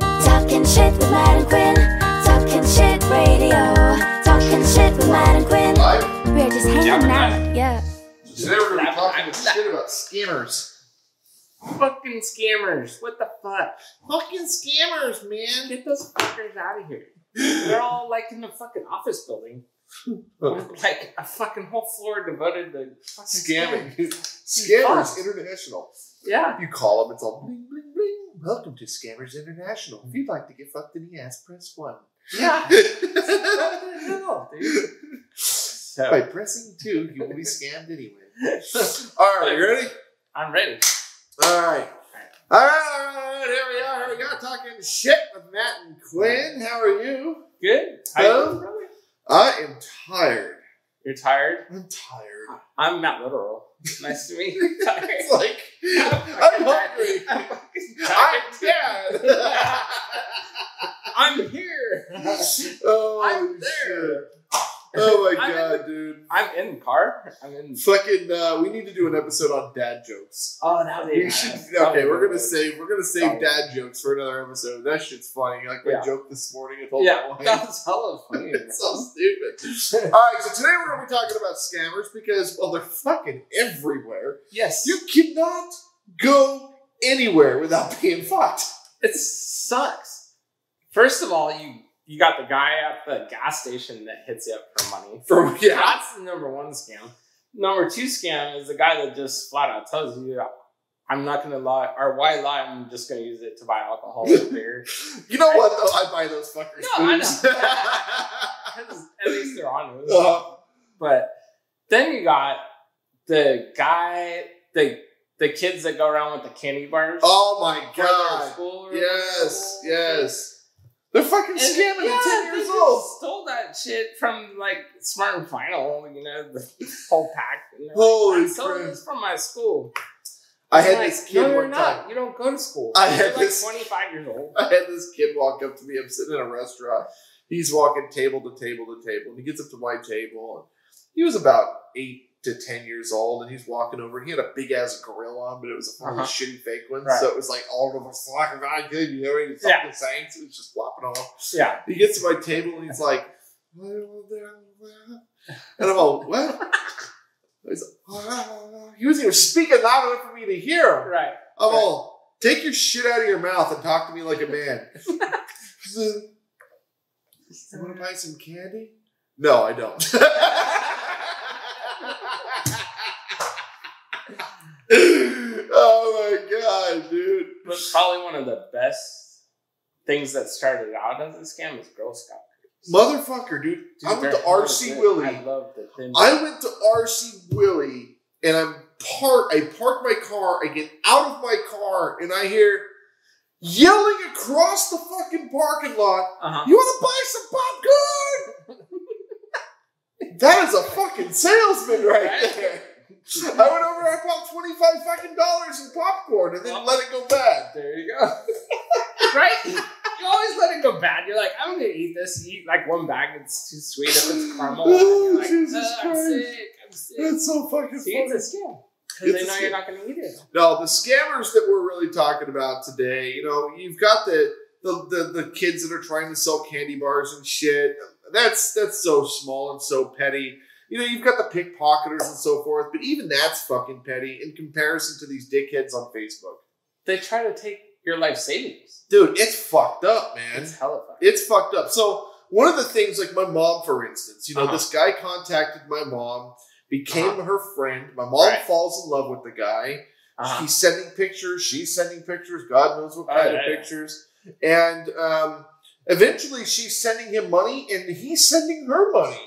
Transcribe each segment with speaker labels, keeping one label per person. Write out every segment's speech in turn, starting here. Speaker 1: Talking shit with Matt and Quinn. Talking shit radio. Talking shit with Matt and Quinn.
Speaker 2: Live?
Speaker 1: We're just hanging
Speaker 3: Yeah, we're
Speaker 1: out. Yeah.
Speaker 2: Today we're gonna be talking
Speaker 3: I'm-
Speaker 2: shit about scammers.
Speaker 3: Fucking scammers. What the fuck?
Speaker 2: Fucking scammers, man.
Speaker 3: Get those fuckers out of here. They're all like in the fucking office building. Like a fucking whole floor devoted to fucking
Speaker 2: Scamming.
Speaker 3: Fuck.
Speaker 2: Scammers International.
Speaker 3: Yeah.
Speaker 2: You call them, it's all bling bling bling. Welcome to Scammers International. If you'd like to get fucked in the ass, press one.
Speaker 3: Yeah. what
Speaker 2: By
Speaker 3: the hell, dude? So,
Speaker 2: pressing two, you will be scammed anyway. All right, you ready?
Speaker 3: I'm ready.
Speaker 2: All right. All right, all right, here we are. Here we go. Talking shit with Matt and Quinn. How are you?
Speaker 3: Good?
Speaker 2: Hello?
Speaker 3: Really?
Speaker 2: I am tired.
Speaker 3: You're tired?
Speaker 2: I'm tired.
Speaker 3: I'm not literal. Nice to meet you. Tired.
Speaker 2: It's like, I'm
Speaker 3: fucking tired.
Speaker 2: hungry.
Speaker 3: I'm fucking
Speaker 2: I'm
Speaker 3: tired.
Speaker 2: dead.
Speaker 3: I'm here.
Speaker 2: oh,
Speaker 3: I'm
Speaker 2: shit.
Speaker 3: there.
Speaker 2: Oh my
Speaker 3: I'm in
Speaker 2: god, dude.
Speaker 3: I'm in the car. I'm in.
Speaker 2: Fucking, uh, we need to do an episode on dad jokes.
Speaker 3: Oh, that would
Speaker 2: We should, okay, we're gonna save we're gonna save dad jokes for another episode. That shit's funny. Like my
Speaker 3: Yeah.
Speaker 2: joke this morning, I told
Speaker 3: Yeah,
Speaker 2: my wife.
Speaker 3: that was hella funny.
Speaker 2: it's so stupid. All right, so today we're gonna be talking about scammers because well, they're fucking everywhere.
Speaker 3: yes,
Speaker 2: You cannot go anywhere without being fucked.
Speaker 3: it sucks. First of all, you you got the guy at the gas station that hits you up for money.
Speaker 2: For yeah,
Speaker 3: That's the number one scam. Number two scam is the guy that just flat out tells you, "I'm not gonna lie," or "Why lie? I'm just gonna use it to buy alcohol or beer."
Speaker 2: you know what though? I buy those fuckers.
Speaker 3: No, I
Speaker 2: booze.
Speaker 3: know. Because at least they're honest.
Speaker 2: Uh,
Speaker 3: But then you got the guy, the the kids that go around with the candy bars.
Speaker 2: oh my
Speaker 3: for their
Speaker 2: god!
Speaker 3: school or
Speaker 2: Yes,
Speaker 3: whatever.
Speaker 2: yes. They're fucking
Speaker 3: And-
Speaker 2: scamming
Speaker 3: yeah,
Speaker 2: at ten
Speaker 3: they
Speaker 2: years
Speaker 3: just
Speaker 2: old.
Speaker 3: Stole that shit from like Smart and Final, you know, the whole pack. And they're like,
Speaker 2: Holy
Speaker 3: I stole
Speaker 2: crap.
Speaker 3: this from my school.
Speaker 2: I
Speaker 3: I'm
Speaker 2: had
Speaker 3: like,
Speaker 2: this kid
Speaker 3: No, you're
Speaker 2: one
Speaker 3: not.
Speaker 2: time.
Speaker 3: You don't go to school.
Speaker 2: I
Speaker 3: you're
Speaker 2: had
Speaker 3: like
Speaker 2: this-
Speaker 3: 25 years old.
Speaker 2: I had this kid walk up to me. I'm sitting in a restaurant. He's walking table to table to table, and he gets up to my table. And he was about eight to ten years old, and he's walking over. And he had a big ass grill on, but it was a fucking
Speaker 3: Uh-huh.
Speaker 2: shitty fake one,
Speaker 3: Right.
Speaker 2: so it was like all of us fucking not good. You know what he's
Speaker 3: Yeah.
Speaker 2: fucking saying? So it was just flopping off.
Speaker 3: Yeah.
Speaker 2: He gets to my table and he's like, and I'm all what? He's like, "Ah." he wasn't even speaking loud enough for me to hear him.
Speaker 3: Right.
Speaker 2: I'm all, take your shit out of your mouth and talk to me like a man. you want to buy some candy? No, I don't. oh my god, dude.
Speaker 3: But probably one of the best things that started out as a scam is Girl Scout.
Speaker 2: Motherfucker, dude. I went to RC Willie.
Speaker 3: I love the thin.
Speaker 2: I went to RC Willie and I'm park. I park my car. I get out of my car and I hear yelling across the fucking parking lot.
Speaker 3: uh-huh.
Speaker 2: You want to buy some popcorn? that is a fucking salesman right there. I went over. I bought twenty five fucking dollars in popcorn and then let it go bad.
Speaker 3: There you go. right? You always let it go bad. You're like, I'm gonna eat this. You eat like one bag. It's too sweet if it's caramel. And you're like,
Speaker 2: Jesus
Speaker 3: "Ugh,
Speaker 2: Christ.
Speaker 3: I'm sick. I'm sick.
Speaker 2: That's so fucking.
Speaker 3: See,
Speaker 2: funny.
Speaker 3: it's a scam
Speaker 2: It's
Speaker 3: because they
Speaker 2: a
Speaker 3: know
Speaker 2: scam.
Speaker 3: you're not gonna eat it.
Speaker 2: No, the scammers that we're really talking about today, you know, you've got the the, the, the kids that are trying to sell candy bars and shit. That's that's so small and so petty. You know, you've got the pickpocketers and so forth, but even that's fucking petty in comparison to these dickheads on Facebook.
Speaker 3: They try to take your life savings.
Speaker 2: Dude, it's fucked up, man.
Speaker 3: It's hella fun.
Speaker 2: It's fucked up. So one of the things, like my mom, for instance, you know,
Speaker 3: Uh-huh.
Speaker 2: this guy contacted my mom, became
Speaker 3: Uh-huh.
Speaker 2: her friend. My mom
Speaker 3: Right.
Speaker 2: falls in love with the guy.
Speaker 3: Uh-huh.
Speaker 2: He's sending pictures. She's sending pictures. God knows what
Speaker 3: Oh,
Speaker 2: kind
Speaker 3: yeah,
Speaker 2: of
Speaker 3: yeah.
Speaker 2: pictures. And um, eventually, she's sending him money, and he's sending her money.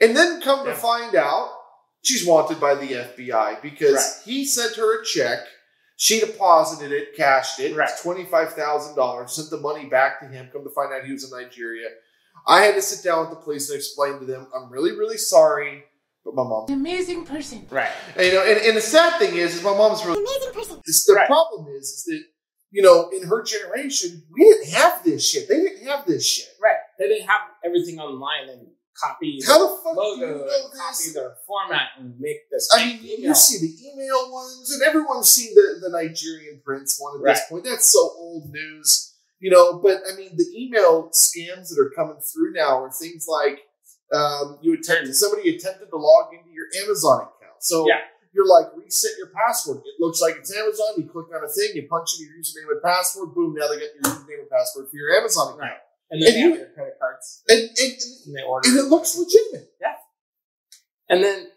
Speaker 2: And then come
Speaker 3: Yeah.
Speaker 2: to find out, she's wanted by the FBI because
Speaker 3: Right.
Speaker 2: he sent her a check. She deposited it, cashed it.
Speaker 3: Right.
Speaker 2: It's twenty five thousand dollars. Sent the money back to him. Come to find out, he was in Nigeria. I had to sit down with the police and explain to them, "I'm really, really sorry, but my mom."
Speaker 4: amazing person.
Speaker 3: Right.
Speaker 2: And, you know, and, and the sad thing is, is my mom's really.
Speaker 1: Amazing person.
Speaker 2: It's- the
Speaker 3: Right.
Speaker 2: problem is, is that you know, in her generation, we didn't have this shit. They didn't have this shit.
Speaker 3: Right. They didn't have everything online and copy
Speaker 2: How
Speaker 3: the
Speaker 2: the fuck do you
Speaker 3: logo
Speaker 2: know
Speaker 3: and copy
Speaker 2: this?
Speaker 3: their format and make this.
Speaker 2: I mean,
Speaker 3: fake
Speaker 2: you
Speaker 3: email.
Speaker 2: see the email ones, and everyone's seen the, the Nigerian prince one at this point. That's so old news. You know, but I mean, the email scams that are coming through now are things like um, you attempted somebody attempted to log into your Amazon account. So
Speaker 3: Yeah.
Speaker 2: you're like reset your password. It looks like it's Amazon. You click on a thing, you punch in your username and password. Boom! Now they got your username and password for your Amazon account,
Speaker 3: Right. And then
Speaker 2: And
Speaker 3: they
Speaker 2: you-
Speaker 3: have their credit cards
Speaker 2: and, and and
Speaker 3: and they order.
Speaker 2: it looks legitimate.
Speaker 3: And then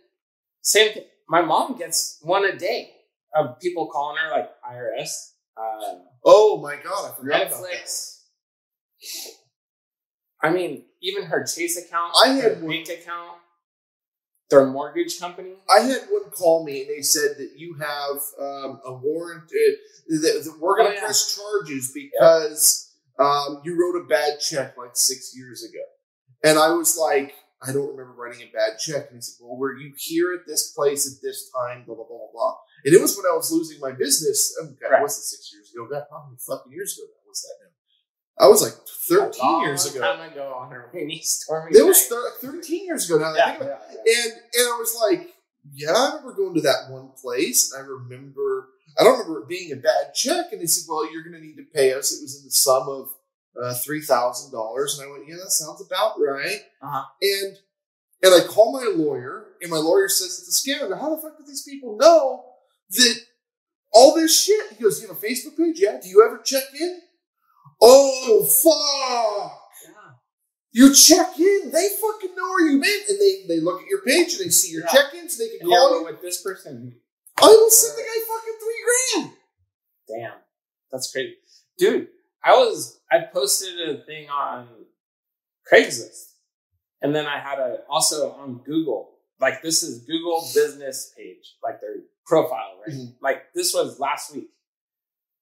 Speaker 3: same thing. My mom gets one a day of people calling her like IRS, uh,
Speaker 2: Oh my god, I forgot about that.
Speaker 3: Netflix. I mean, even her Chase account,
Speaker 2: I had
Speaker 3: her
Speaker 2: one-
Speaker 3: bank account, their mortgage company.
Speaker 2: I had one call me and they said that you have um, a warrant uh, that, that we're going
Speaker 3: Oh,
Speaker 2: to
Speaker 3: yeah.
Speaker 2: press charges because um, you wrote a bad check like six years ago. And I was like, I don't remember writing a bad check. And he said, Well, were you here at this place at this time? Blah blah blah blah. blah. And it was when I was losing my business. Um, that
Speaker 3: Right.
Speaker 2: wasn't six years ago. God, how many fucking years ago that was that now? I was like
Speaker 3: A
Speaker 2: thirteen
Speaker 3: long
Speaker 2: years ago.
Speaker 3: Time ago on her rainy, stormy
Speaker 2: It was
Speaker 3: night.
Speaker 2: thir- thirteen years ago. Now that I think
Speaker 3: yeah,
Speaker 2: about
Speaker 3: yeah, yeah.
Speaker 2: and and I was like, yeah, I remember going to that one place, and I remember I don't remember it being a bad check. And they said, well, you're going to need to pay us. It was in the sum of uh, three thousand dollars, and I went, yeah, that sounds about right.
Speaker 3: Uh-huh.
Speaker 2: And and I call my lawyer, and my lawyer says it's a scam. I go, how the fuck do these people know that all this shit? He goes, you have a Facebook page? Yeah. Do you ever check in? Oh fuck
Speaker 3: Yeah.
Speaker 2: you check in. They fucking know where you been, and they they look at your page and they see your
Speaker 3: Yeah.
Speaker 2: check-ins. They can
Speaker 3: And yeah,
Speaker 2: call
Speaker 3: but
Speaker 2: you.
Speaker 3: with this person,
Speaker 2: I will send the guy fucking three grand.
Speaker 3: Damn, that's crazy, dude. I was I posted a thing on Craigslist, and then I had a also on Google. Like this is Google business page, like their profile, right?
Speaker 2: Mhm.
Speaker 3: Like this was last week.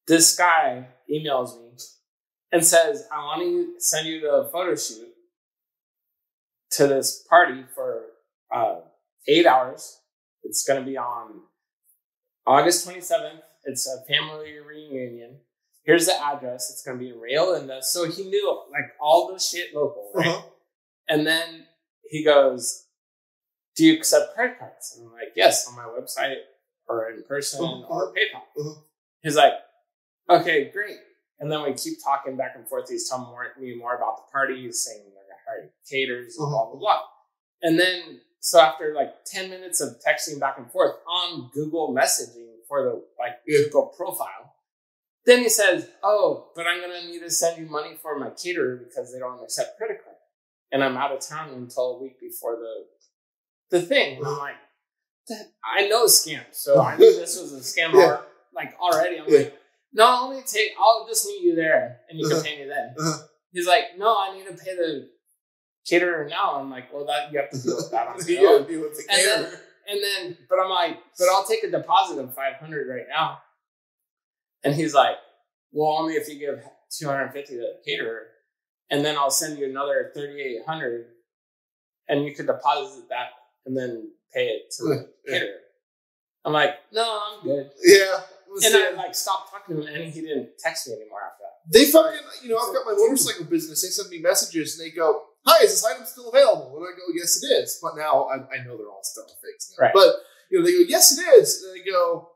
Speaker 3: This guy emails me and says, "I want to send you to a photo shoot to this party for uh, eight hours. It's going to be on August 27th. It's a family reunion. Here's the address. It's going to be in Rio Linda. So he knew like all the shit local, right?
Speaker 2: Uh-huh.
Speaker 3: And then he goes, Do you accept credit cards? And I'm like, Yes, on my website or in person
Speaker 2: Uh-huh.
Speaker 3: or PayPal.
Speaker 2: Uh-huh.
Speaker 3: He's like, Okay, great. And then we keep talking back and forth. He's telling more, me more about the party. He's saying they're going to hire caters and blah,
Speaker 2: Uh-huh.
Speaker 3: blah, blah. And then, so after like 10 minutes of texting back and forth on Google messaging for the like
Speaker 2: Yeah.
Speaker 3: Google profile, then he says, Oh, but I'm going to need to send you money for my caterer because they don't accept credit card. And I'm out of town until a week before the the thing. And I'm like, that, I know scam. So I knew this was a scam
Speaker 2: Yeah.
Speaker 3: alre- like already. I'm
Speaker 2: Yeah.
Speaker 3: like, No, I'll only take, I'll just meet you there and you
Speaker 2: Uh-huh.
Speaker 3: can pay me then.
Speaker 2: Uh-huh.
Speaker 3: He's like, No, I need to pay the caterer now. I'm like, Well, that you have to deal with that on
Speaker 2: You
Speaker 3: your own.
Speaker 2: gotta deal with the
Speaker 3: And then-
Speaker 2: camera.
Speaker 3: And then, but I'm like, but I'll take a deposit of 500 right now. And he's like, well, only if you give 250 to the caterer, and then I'll send you another 3,800, and you could deposit that and then pay it to the
Speaker 2: Yeah.
Speaker 3: caterer. I'm like, no, I'm good.
Speaker 2: yeah. Let's
Speaker 3: And
Speaker 2: see.
Speaker 3: I like stopped talking to him, and he didn't text me anymore after that.
Speaker 2: They fucking, you know, I've got my motorcycle business. They send me messages and they go, "Hi, is this item still available?" And I go, "Yes, it is." But now I, I know they're all still fakes. Now.
Speaker 3: Right.
Speaker 2: But you know, they go, "Yes, it is." And they go,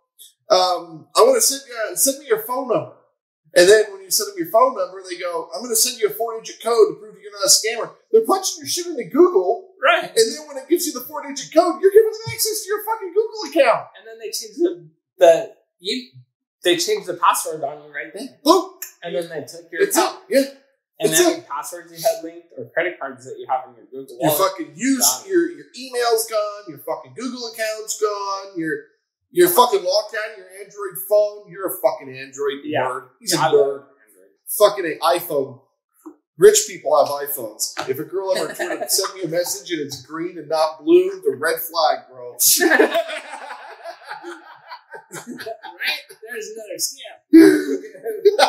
Speaker 2: um, "I want to send you send me your phone number." And then when you send them your phone number, they go, "I'm going to send you a four-digit code to prove you're not a scammer." They're punching your shit into Google,
Speaker 3: Right.
Speaker 2: and then when it gives you the four-digit code, you're giving them access to your fucking Google account.
Speaker 3: And then they changed the, the you, they changed the password on you right then,
Speaker 2: Look,
Speaker 3: and then they took your
Speaker 2: it's
Speaker 3: account.
Speaker 2: up. Yeah,
Speaker 3: And
Speaker 2: It's
Speaker 3: then any passwords you had linked or credit cards that you have in your Google
Speaker 2: Your
Speaker 3: Wallet.
Speaker 2: fucking use
Speaker 3: Gone.
Speaker 2: your your email's gone. Your fucking Google account's gone. Your you're fucking locked out of your Android phone. You're a fucking Android
Speaker 3: Yeah.
Speaker 2: nerd. He's
Speaker 3: Yeah, I
Speaker 2: a
Speaker 3: love
Speaker 2: nerd.
Speaker 3: Android.
Speaker 2: Fucking a iPhone. Rich people have iPhones. If a girl ever tried to send me a message and it's green and not blue, the red flag, bro.
Speaker 3: right? There's another scam.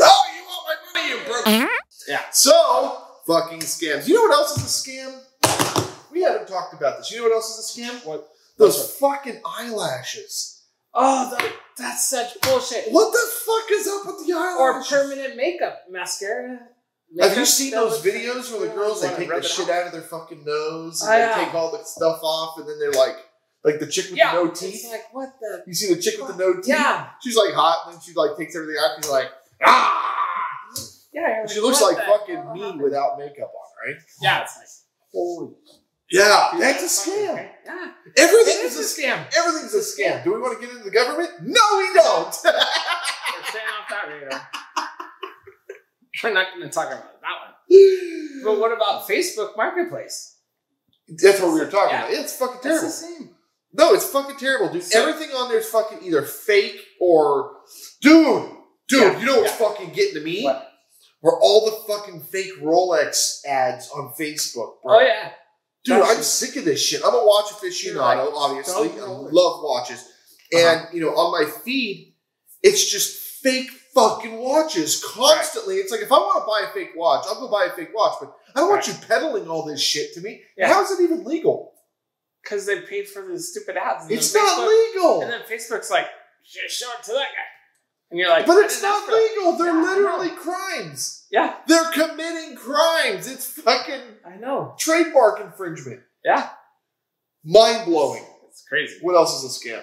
Speaker 2: oh, you want my money, you broke.
Speaker 3: Yeah.
Speaker 2: So fucking scams. You know what else is a scam? We haven't talked about this. You know what else is a scam?
Speaker 3: What?
Speaker 2: Those fucking eyelashes.
Speaker 3: Oh, that, that's such bullshit.
Speaker 2: What the fuck is up with the
Speaker 3: Or
Speaker 2: eyelashes?
Speaker 3: permanent makeup mascara.
Speaker 2: Have you
Speaker 3: Makeup
Speaker 2: seen
Speaker 3: that
Speaker 2: those
Speaker 3: looks-
Speaker 2: videos where the girls they
Speaker 3: Wanna
Speaker 2: take
Speaker 3: rub
Speaker 2: the
Speaker 3: it
Speaker 2: shit
Speaker 3: off?
Speaker 2: out of their fucking nose and
Speaker 3: I
Speaker 2: they
Speaker 3: know.
Speaker 2: take all the stuff off and then they're like, Like the chick with
Speaker 3: yeah,
Speaker 2: the no
Speaker 3: it's
Speaker 2: teeth.
Speaker 3: like what the
Speaker 2: you see the chick with the no teeth?
Speaker 3: yeah
Speaker 2: She's like hot, and then she like takes everything out. And she's like, ah!
Speaker 3: yeah. you're
Speaker 2: She looks
Speaker 3: what
Speaker 2: like
Speaker 3: the
Speaker 2: fucking
Speaker 3: hell
Speaker 2: me
Speaker 3: happened?
Speaker 2: without makeup on, right?
Speaker 3: yeah. It's like holy.
Speaker 2: Yeah,
Speaker 3: dude,
Speaker 2: that's a
Speaker 3: fucking
Speaker 2: scam.
Speaker 3: cra- Yeah,
Speaker 2: Everything
Speaker 3: it
Speaker 2: is
Speaker 3: is
Speaker 2: a scam.
Speaker 3: a scam.
Speaker 2: Everything's a scam. Do we want to get into the government? No, we don't.
Speaker 3: We're staying off that radar. We're not going to talk about that one. But what about Facebook Marketplace?
Speaker 2: That's what we were talking
Speaker 3: Yeah.
Speaker 2: about. It's fucking
Speaker 3: It's the
Speaker 2: terrible.
Speaker 3: same.
Speaker 2: No, it's fucking terrible, dude.
Speaker 3: So-
Speaker 2: Everything on there is fucking either fake or, dude, dude.
Speaker 3: Yeah,
Speaker 2: You know what's
Speaker 3: yeah.
Speaker 2: fucking getting to me?
Speaker 3: What?
Speaker 2: Were all the fucking fake Rolex ads on Facebook, bro?
Speaker 3: Oh yeah.
Speaker 2: Dude,
Speaker 3: That's
Speaker 2: I'm
Speaker 3: true.
Speaker 2: sick of this shit. I'm a watch aficionado,
Speaker 3: You're like,
Speaker 2: obviously.
Speaker 3: don't Uh-huh.
Speaker 2: I
Speaker 3: know it.
Speaker 2: love watches. And, you know, on my feed, it's just fake fucking watches constantly. It's like, if I want to buy a fake watch, I'll go buy a fake watch, but I don't want you peddling all this shit to me.
Speaker 3: Yeah.
Speaker 2: How is it even legal?
Speaker 3: Because they paid for the stupid ads. and
Speaker 2: It's
Speaker 3: then
Speaker 2: not
Speaker 3: Facebook-
Speaker 2: legal.
Speaker 3: And then Facebook's like, just show it to that guy. And you're like,
Speaker 2: but
Speaker 3: "I
Speaker 2: it's
Speaker 3: didn't ask
Speaker 2: not
Speaker 3: for that."
Speaker 2: legal. They're
Speaker 3: Yeah, I
Speaker 2: literally crimes.
Speaker 3: Yeah,
Speaker 2: They're committing crimes. It's fucking
Speaker 3: I know.
Speaker 2: trademark infringement.
Speaker 3: Yeah.
Speaker 2: Mind blowing.
Speaker 3: It's crazy.
Speaker 2: What else is a scam?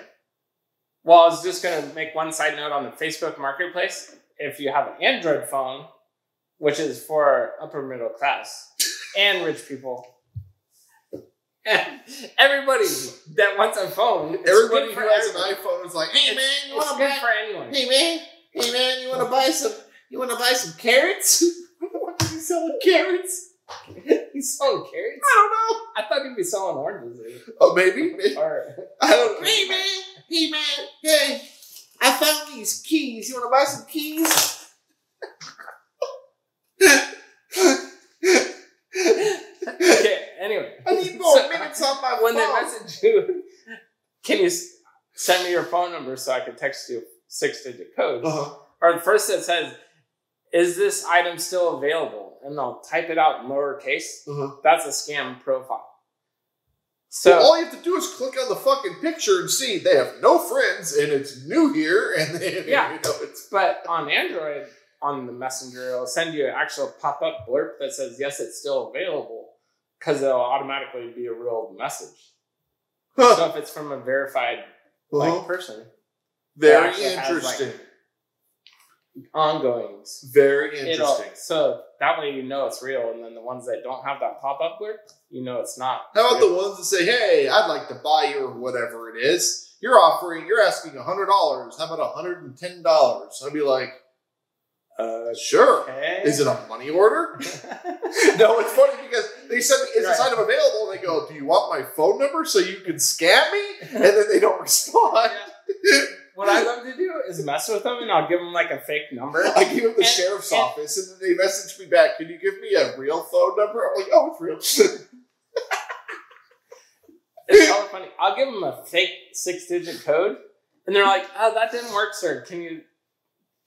Speaker 3: Well, I was just going to make one side note on the Facebook marketplace. If you have an Android phone, which is for upper middle class and rich people, everybody that wants a phone, it's
Speaker 2: Everybody
Speaker 3: good
Speaker 2: who
Speaker 3: for
Speaker 2: has
Speaker 3: everybody.
Speaker 2: an iPhone is like, hey man, you
Speaker 3: It's
Speaker 2: wanna
Speaker 3: good
Speaker 2: buy
Speaker 3: for anyone.
Speaker 2: Hey man, hey man, you wanna buy some you wanna buy some carrots? what is he selling carrots?
Speaker 3: He's selling carrots?
Speaker 2: I
Speaker 3: I thought he'd be selling oranges.
Speaker 2: don't know. Oh maybe. maybe.
Speaker 3: Or,
Speaker 2: I don't Hey man, hey man, hey. I found these keys. You wanna buy some keys?
Speaker 3: okay, anyway.
Speaker 2: I need more
Speaker 3: So-
Speaker 2: minutes on my
Speaker 3: when they
Speaker 2: phone.
Speaker 3: message you, can you s- send me your phone number so I can text you six digit code?
Speaker 2: Uh-huh.
Speaker 3: Or the first that says, is this item still available? And they'll type it out in lowercase.
Speaker 2: Uh-huh.
Speaker 3: That's a scam profile. So,
Speaker 2: Well, all you have to do is click on the fucking picture and see they have no friends and it's new here and they,
Speaker 3: Yeah.
Speaker 2: you know it's
Speaker 3: but on Android, on the messenger, it'll send you an actual pop up blurb that says, yes, it's still available because it'll automatically be a real message.
Speaker 2: huh.
Speaker 3: So if it's from a verified
Speaker 2: Uh-huh.
Speaker 3: like, person,
Speaker 2: Very
Speaker 3: actually has, like,
Speaker 2: interesting.
Speaker 3: ongoings.
Speaker 2: Very
Speaker 3: It'll-
Speaker 2: interesting.
Speaker 3: so that way you know it's real, and then the ones that don't have that pop up blurb, you know it's not.
Speaker 2: How about the ones that say, "Hey, I'd like to buy your whatever it is. You're offering, you're asking hundred dollars. How about hundred and ten dollars?" I'd be like,
Speaker 3: the?
Speaker 2: "Sure."
Speaker 3: Okay.
Speaker 2: Uh, Is it a money order? no, it's funny because they said, "Is this
Speaker 3: Right.
Speaker 2: item available?" And they go, "Do you want my phone number so you can scam me?" And then they don't respond.
Speaker 3: what I love to do is mess with them, and I'll give them like a fake number.
Speaker 2: I give them the
Speaker 3: And-
Speaker 2: sheriff's
Speaker 3: and-
Speaker 2: office, and then they message me back. Can you give me a real phone number? I'm like, "Oh, it's real."
Speaker 3: It's so funny. I'll give them a fake six digit code, and they're like, "Oh, that didn't work, sir. Can you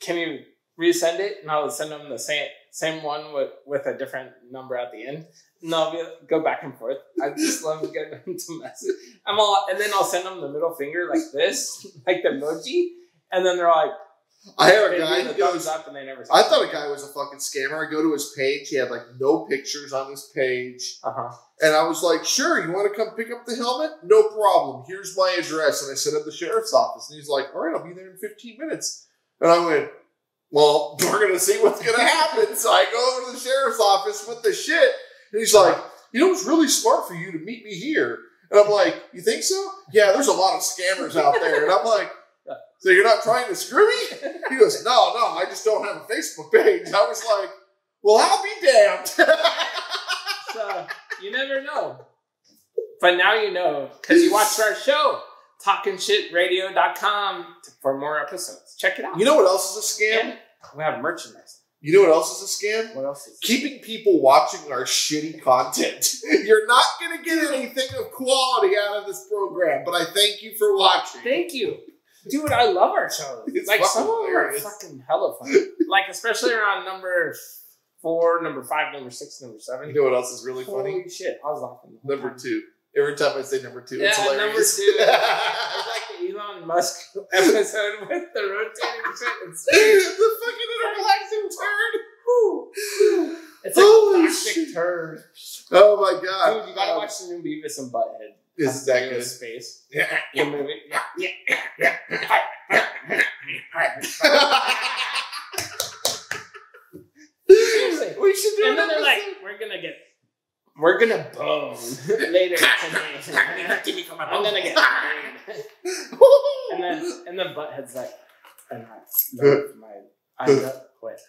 Speaker 3: can you resend it?" And I'll send them the same same one with with a different number at the end, and they'll be, go back and forth. I just love getting them to mess. I'm all, and then I'll send them the middle finger like this, like the emoji, and then they're like,
Speaker 2: I have a
Speaker 3: they
Speaker 2: guy
Speaker 3: do the
Speaker 2: who
Speaker 3: thumbs
Speaker 2: goes.
Speaker 3: up, and they never.
Speaker 2: I thought a guy was a fucking scammer. I go to his page. He had like no pictures on his page.
Speaker 3: Uh huh.
Speaker 2: And I was like, sure, you want to come pick up the helmet? No problem. Here's my address. And I sent him to the sheriff's office. And he's like, all right, I'll be there in 15 minutes. And I went, well, we're going to see what's going to happen. so I go over to the sheriff's office with the shit. And he's like, you know, it's really smart for you to meet me here. And I'm like, you think so? Yeah, there's a lot of scammers out there. And I'm like, so you're not trying to screw me? He goes, no, no, I just don't have a Facebook page. I was like, well, I'll be damned.
Speaker 3: So you never know. But now you know because you watched our show, talkingshitradio.com, for more episodes. Check it out.
Speaker 2: You know what else is a scam?
Speaker 3: And we have merchandise.
Speaker 2: You know what else is a scam?
Speaker 3: What else is
Speaker 2: Keeping people watching our shitty content. You're not going to get anything of quality out of this program, but I thank you for watching.
Speaker 3: Thank you. Dude, I love our shows.
Speaker 2: It's
Speaker 3: like
Speaker 2: fucking
Speaker 3: some of them are
Speaker 2: hilarious.
Speaker 3: fucking hella funny. like especially around number four, number five, number six, number
Speaker 2: you
Speaker 3: seven.
Speaker 2: know what else is really funny?
Speaker 3: Holy shit, I was laughing. the whole
Speaker 2: Number
Speaker 3: time.
Speaker 2: two. Every time I say number two, it's
Speaker 3: Yeah, number
Speaker 2: hilarious.
Speaker 3: two. I like the Elon Musk episode with the rotating shit. It's
Speaker 2: the fucking intergalactic turd.
Speaker 3: It's like
Speaker 2: Holy
Speaker 3: a toxic
Speaker 2: shit.
Speaker 3: turd.
Speaker 2: Oh my god.
Speaker 3: Dude, you gotta
Speaker 2: Um,
Speaker 3: watch the new Beavis and Butthead.
Speaker 2: Is that good?
Speaker 3: space?
Speaker 2: Yeah.
Speaker 3: The movie. Seriously.
Speaker 2: We should do
Speaker 3: And then
Speaker 2: another
Speaker 3: they're like, we're gonna get, we're gonna bone later today.
Speaker 2: Give me from my
Speaker 3: I'm gonna get, and then and then Butthead's like, and I love my, I love quit.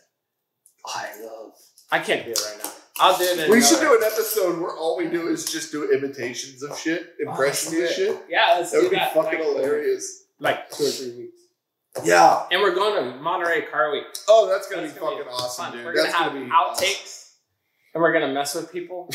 Speaker 3: I love. I can't do it right now. I'll do it. In
Speaker 2: we should
Speaker 3: another-
Speaker 2: do an episode where all we do is just do imitations of shit, impressions of
Speaker 3: Honestly,
Speaker 2: shit.
Speaker 3: Oh, Yeah, let's
Speaker 2: That
Speaker 3: do
Speaker 2: would be
Speaker 3: that.
Speaker 2: fucking
Speaker 3: like,
Speaker 2: hilarious.
Speaker 3: Like two or three weeks,
Speaker 2: Yeah.
Speaker 3: and we're going to Monterey Car Week.
Speaker 2: Oh, that's gonna
Speaker 3: That's
Speaker 2: be
Speaker 3: gonna be
Speaker 2: fucking awesome,
Speaker 3: fun.
Speaker 2: dude.
Speaker 3: We're
Speaker 2: that's
Speaker 3: gonna have
Speaker 2: gonna be
Speaker 3: outtakes, and we're gonna mess with people.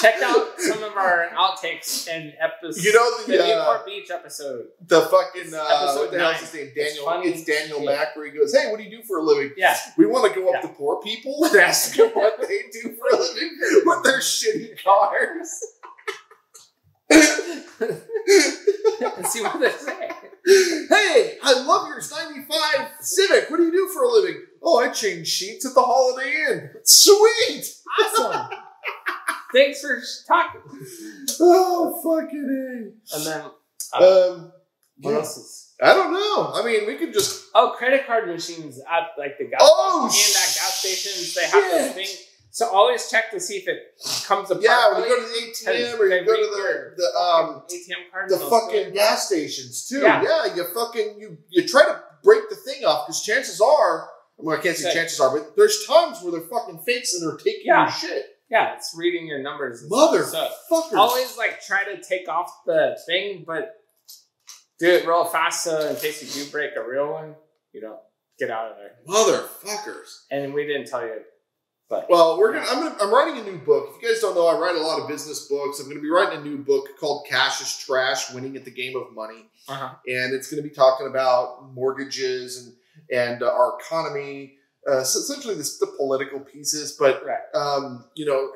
Speaker 3: Check out some of our outtakes and episodes.
Speaker 2: You know
Speaker 3: the
Speaker 2: the, uh,
Speaker 3: Newport Beach episode.
Speaker 2: The fucking uh,
Speaker 3: Episode
Speaker 2: what the hell's his
Speaker 3: nine.
Speaker 2: name?
Speaker 3: It's
Speaker 2: Daniel.
Speaker 3: funny
Speaker 2: It's, Daniel
Speaker 3: shit.
Speaker 2: Mack where he goes, "Hey, what do you do for a living?"
Speaker 3: Yeah,
Speaker 2: We want to go up
Speaker 3: Yeah.
Speaker 2: to poor people and ask them what they do for a living with their shitty cars.
Speaker 3: and see what they say.
Speaker 2: hey, I love your '95 Civic. What do you do for a living? Oh, I change sheets at the Holiday Inn. Sweet.
Speaker 3: Awesome. Thanks for sh- talking.
Speaker 2: Oh, fucking
Speaker 3: And then
Speaker 2: A. Um,
Speaker 3: what
Speaker 2: yeah.
Speaker 3: else is?
Speaker 2: I don't know. I mean, we could just.
Speaker 3: Oh, credit card machines at like the gas
Speaker 2: Oh,
Speaker 3: station and at gas stations. They have this
Speaker 2: shit.
Speaker 3: thing. So always check to see if it comes apart.
Speaker 2: Yeah, we go to
Speaker 3: properly.
Speaker 2: the ATM or you go to the, the um
Speaker 3: ATM card.
Speaker 2: the
Speaker 3: and they'll
Speaker 2: fucking
Speaker 3: still-
Speaker 2: gas stations too.
Speaker 3: Yeah.
Speaker 2: Yeah. you fucking you you try to break the thing off because chances are, well, I can't say
Speaker 3: Okay.
Speaker 2: chances are, but there's times where they're fucking fakes and they're taking
Speaker 3: Yeah.
Speaker 2: your shit.
Speaker 3: Yeah, it's reading your numbers. and stuff. So,
Speaker 2: Motherfuckers.
Speaker 3: always like try to take off the thing, but do it real fast so in case you do break a real one, you don't get out of there.
Speaker 2: Motherfuckers.
Speaker 3: And we didn't tell you, but
Speaker 2: Well, we're gonna. I'm gonna. I'm writing a new book. If you guys don't know, I write a lot of business books. I'm gonna be writing a new book called "Cash is Trash: Winning at the Game of Money."
Speaker 3: uh-huh.
Speaker 2: and it's going to be talking about mortgages and and uh, our economy, uh, so essentially this, the political pieces, but
Speaker 3: Right.
Speaker 2: um, you know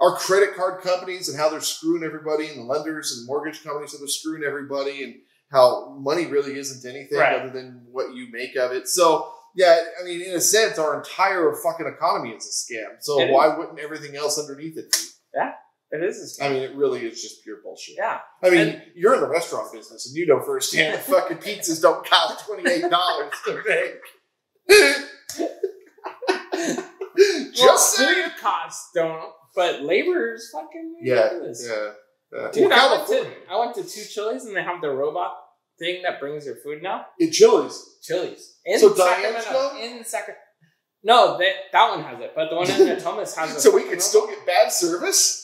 Speaker 2: our credit card companies and how they're screwing everybody, and the lenders and mortgage companies how they're screwing everybody, and how money really isn't anything
Speaker 3: Right.
Speaker 2: other than what you make of it. So. Yeah, I mean, in a sense, our entire fucking economy is a scam. So
Speaker 3: It
Speaker 2: why wouldn't everything else underneath it be?
Speaker 3: it is a scam.
Speaker 2: I mean, it really is just pure bullshit.
Speaker 3: yeah,
Speaker 2: I mean,
Speaker 3: And-
Speaker 2: you're in the restaurant business, and you know firsthand that fucking pizzas don't cost twenty eight dollars today. Just
Speaker 3: well,
Speaker 2: saying.
Speaker 3: food costs don't, but labor is fucking
Speaker 2: Yeah,
Speaker 3: ridiculous.
Speaker 2: yeah. yeah.
Speaker 3: Dude,
Speaker 2: Well,
Speaker 3: I went to
Speaker 2: California.
Speaker 3: I went to two Chili's and they have the robot thing that brings your food now.
Speaker 2: in Chili's.
Speaker 3: Chili's in
Speaker 2: So Diane's
Speaker 3: Sacramento.
Speaker 2: got
Speaker 3: In Sacramento. No, that that one has it, but the one in the Thomas has it.
Speaker 2: So we could still get bad service.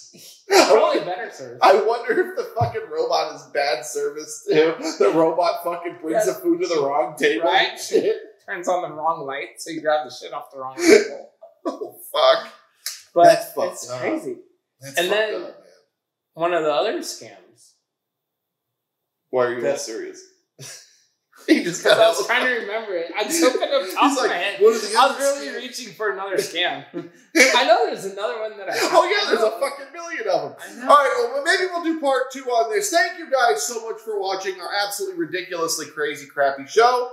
Speaker 3: probably better service.
Speaker 2: I wonder if the fucking robot is bad service too. The robot fucking brings the food to the wrong table.
Speaker 3: Right?
Speaker 2: and Shit.
Speaker 3: Turns on the wrong light, so you grab the shit off the wrong table.
Speaker 2: Oh fuck.
Speaker 3: But
Speaker 2: That's fucked
Speaker 3: it's
Speaker 2: up.
Speaker 3: crazy.
Speaker 2: That's
Speaker 3: And
Speaker 2: fucked
Speaker 3: then-
Speaker 2: up, man.
Speaker 3: One of the other scams.
Speaker 2: why are you
Speaker 3: That-
Speaker 2: that serious? he just
Speaker 3: Because
Speaker 2: got
Speaker 3: I was trying to remember it. I just opened up top
Speaker 2: He's
Speaker 3: of my
Speaker 2: like,
Speaker 3: head.
Speaker 2: what are the
Speaker 3: I was
Speaker 2: other
Speaker 3: really
Speaker 2: scams?"
Speaker 3: reaching for another scam. I know there's another one that I.
Speaker 2: Oh yeah, there's a fucking million of them.
Speaker 3: I
Speaker 2: All
Speaker 3: know.
Speaker 2: right, well maybe we'll do part two on this. Thank you guys so much for watching our absolutely ridiculously crazy crappy show.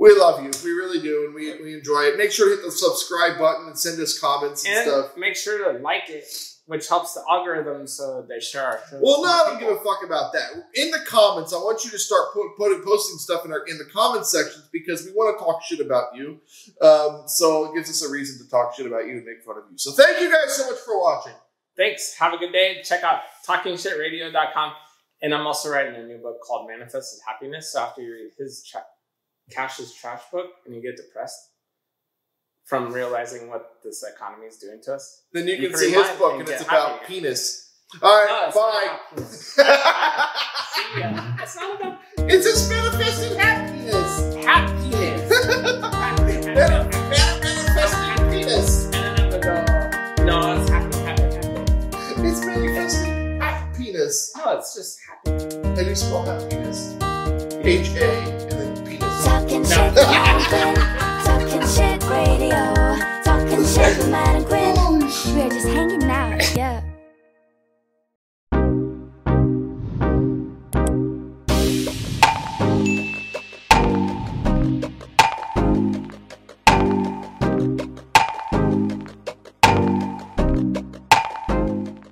Speaker 2: We love you, we really do, and we, we enjoy it. Make sure to hit the subscribe button and send us comments and,
Speaker 3: and
Speaker 2: stuff.
Speaker 3: make sure to like it, which helps the algorithm so they share our show.
Speaker 2: Well, no, I don't give
Speaker 3: People.
Speaker 2: a fuck about that. In the comments, I want you to start put, putting posting stuff in our in the comments sections because we want to talk shit about you. Um, so it gives us a reason to talk shit about you and make fun of you. So thank you guys so much for watching.
Speaker 3: Thanks. Have a good day. Check out talkingshitradio.com. And I'm also writing a new book called Manifested Happiness. So after you read his tra- Cash's trash book and you get depressed from realizing what this economy is doing to us.
Speaker 2: Then you,
Speaker 3: You
Speaker 2: can
Speaker 3: can
Speaker 2: see his
Speaker 3: rewind
Speaker 2: book,
Speaker 3: and
Speaker 2: and
Speaker 3: get
Speaker 2: it's about
Speaker 3: happier.
Speaker 2: penis. All right,
Speaker 3: it's
Speaker 2: bye.
Speaker 3: not about- See ya. It's not about
Speaker 2: it's just manifesting happiness.
Speaker 3: happiness.
Speaker 2: Meta- meta- Manifesting penis.
Speaker 3: And then I'm gonna go, no, it's happy, happy, happy.
Speaker 2: It's manifesting happiness.
Speaker 3: No, it's just happy.
Speaker 2: How do you spell happiness? H A and then penis.
Speaker 1: Talking shit with Matt and Quinn. Talking shit radio. Talking shit with Matt and Quinn.
Speaker 2: Holy shit.
Speaker 1: We're just hanging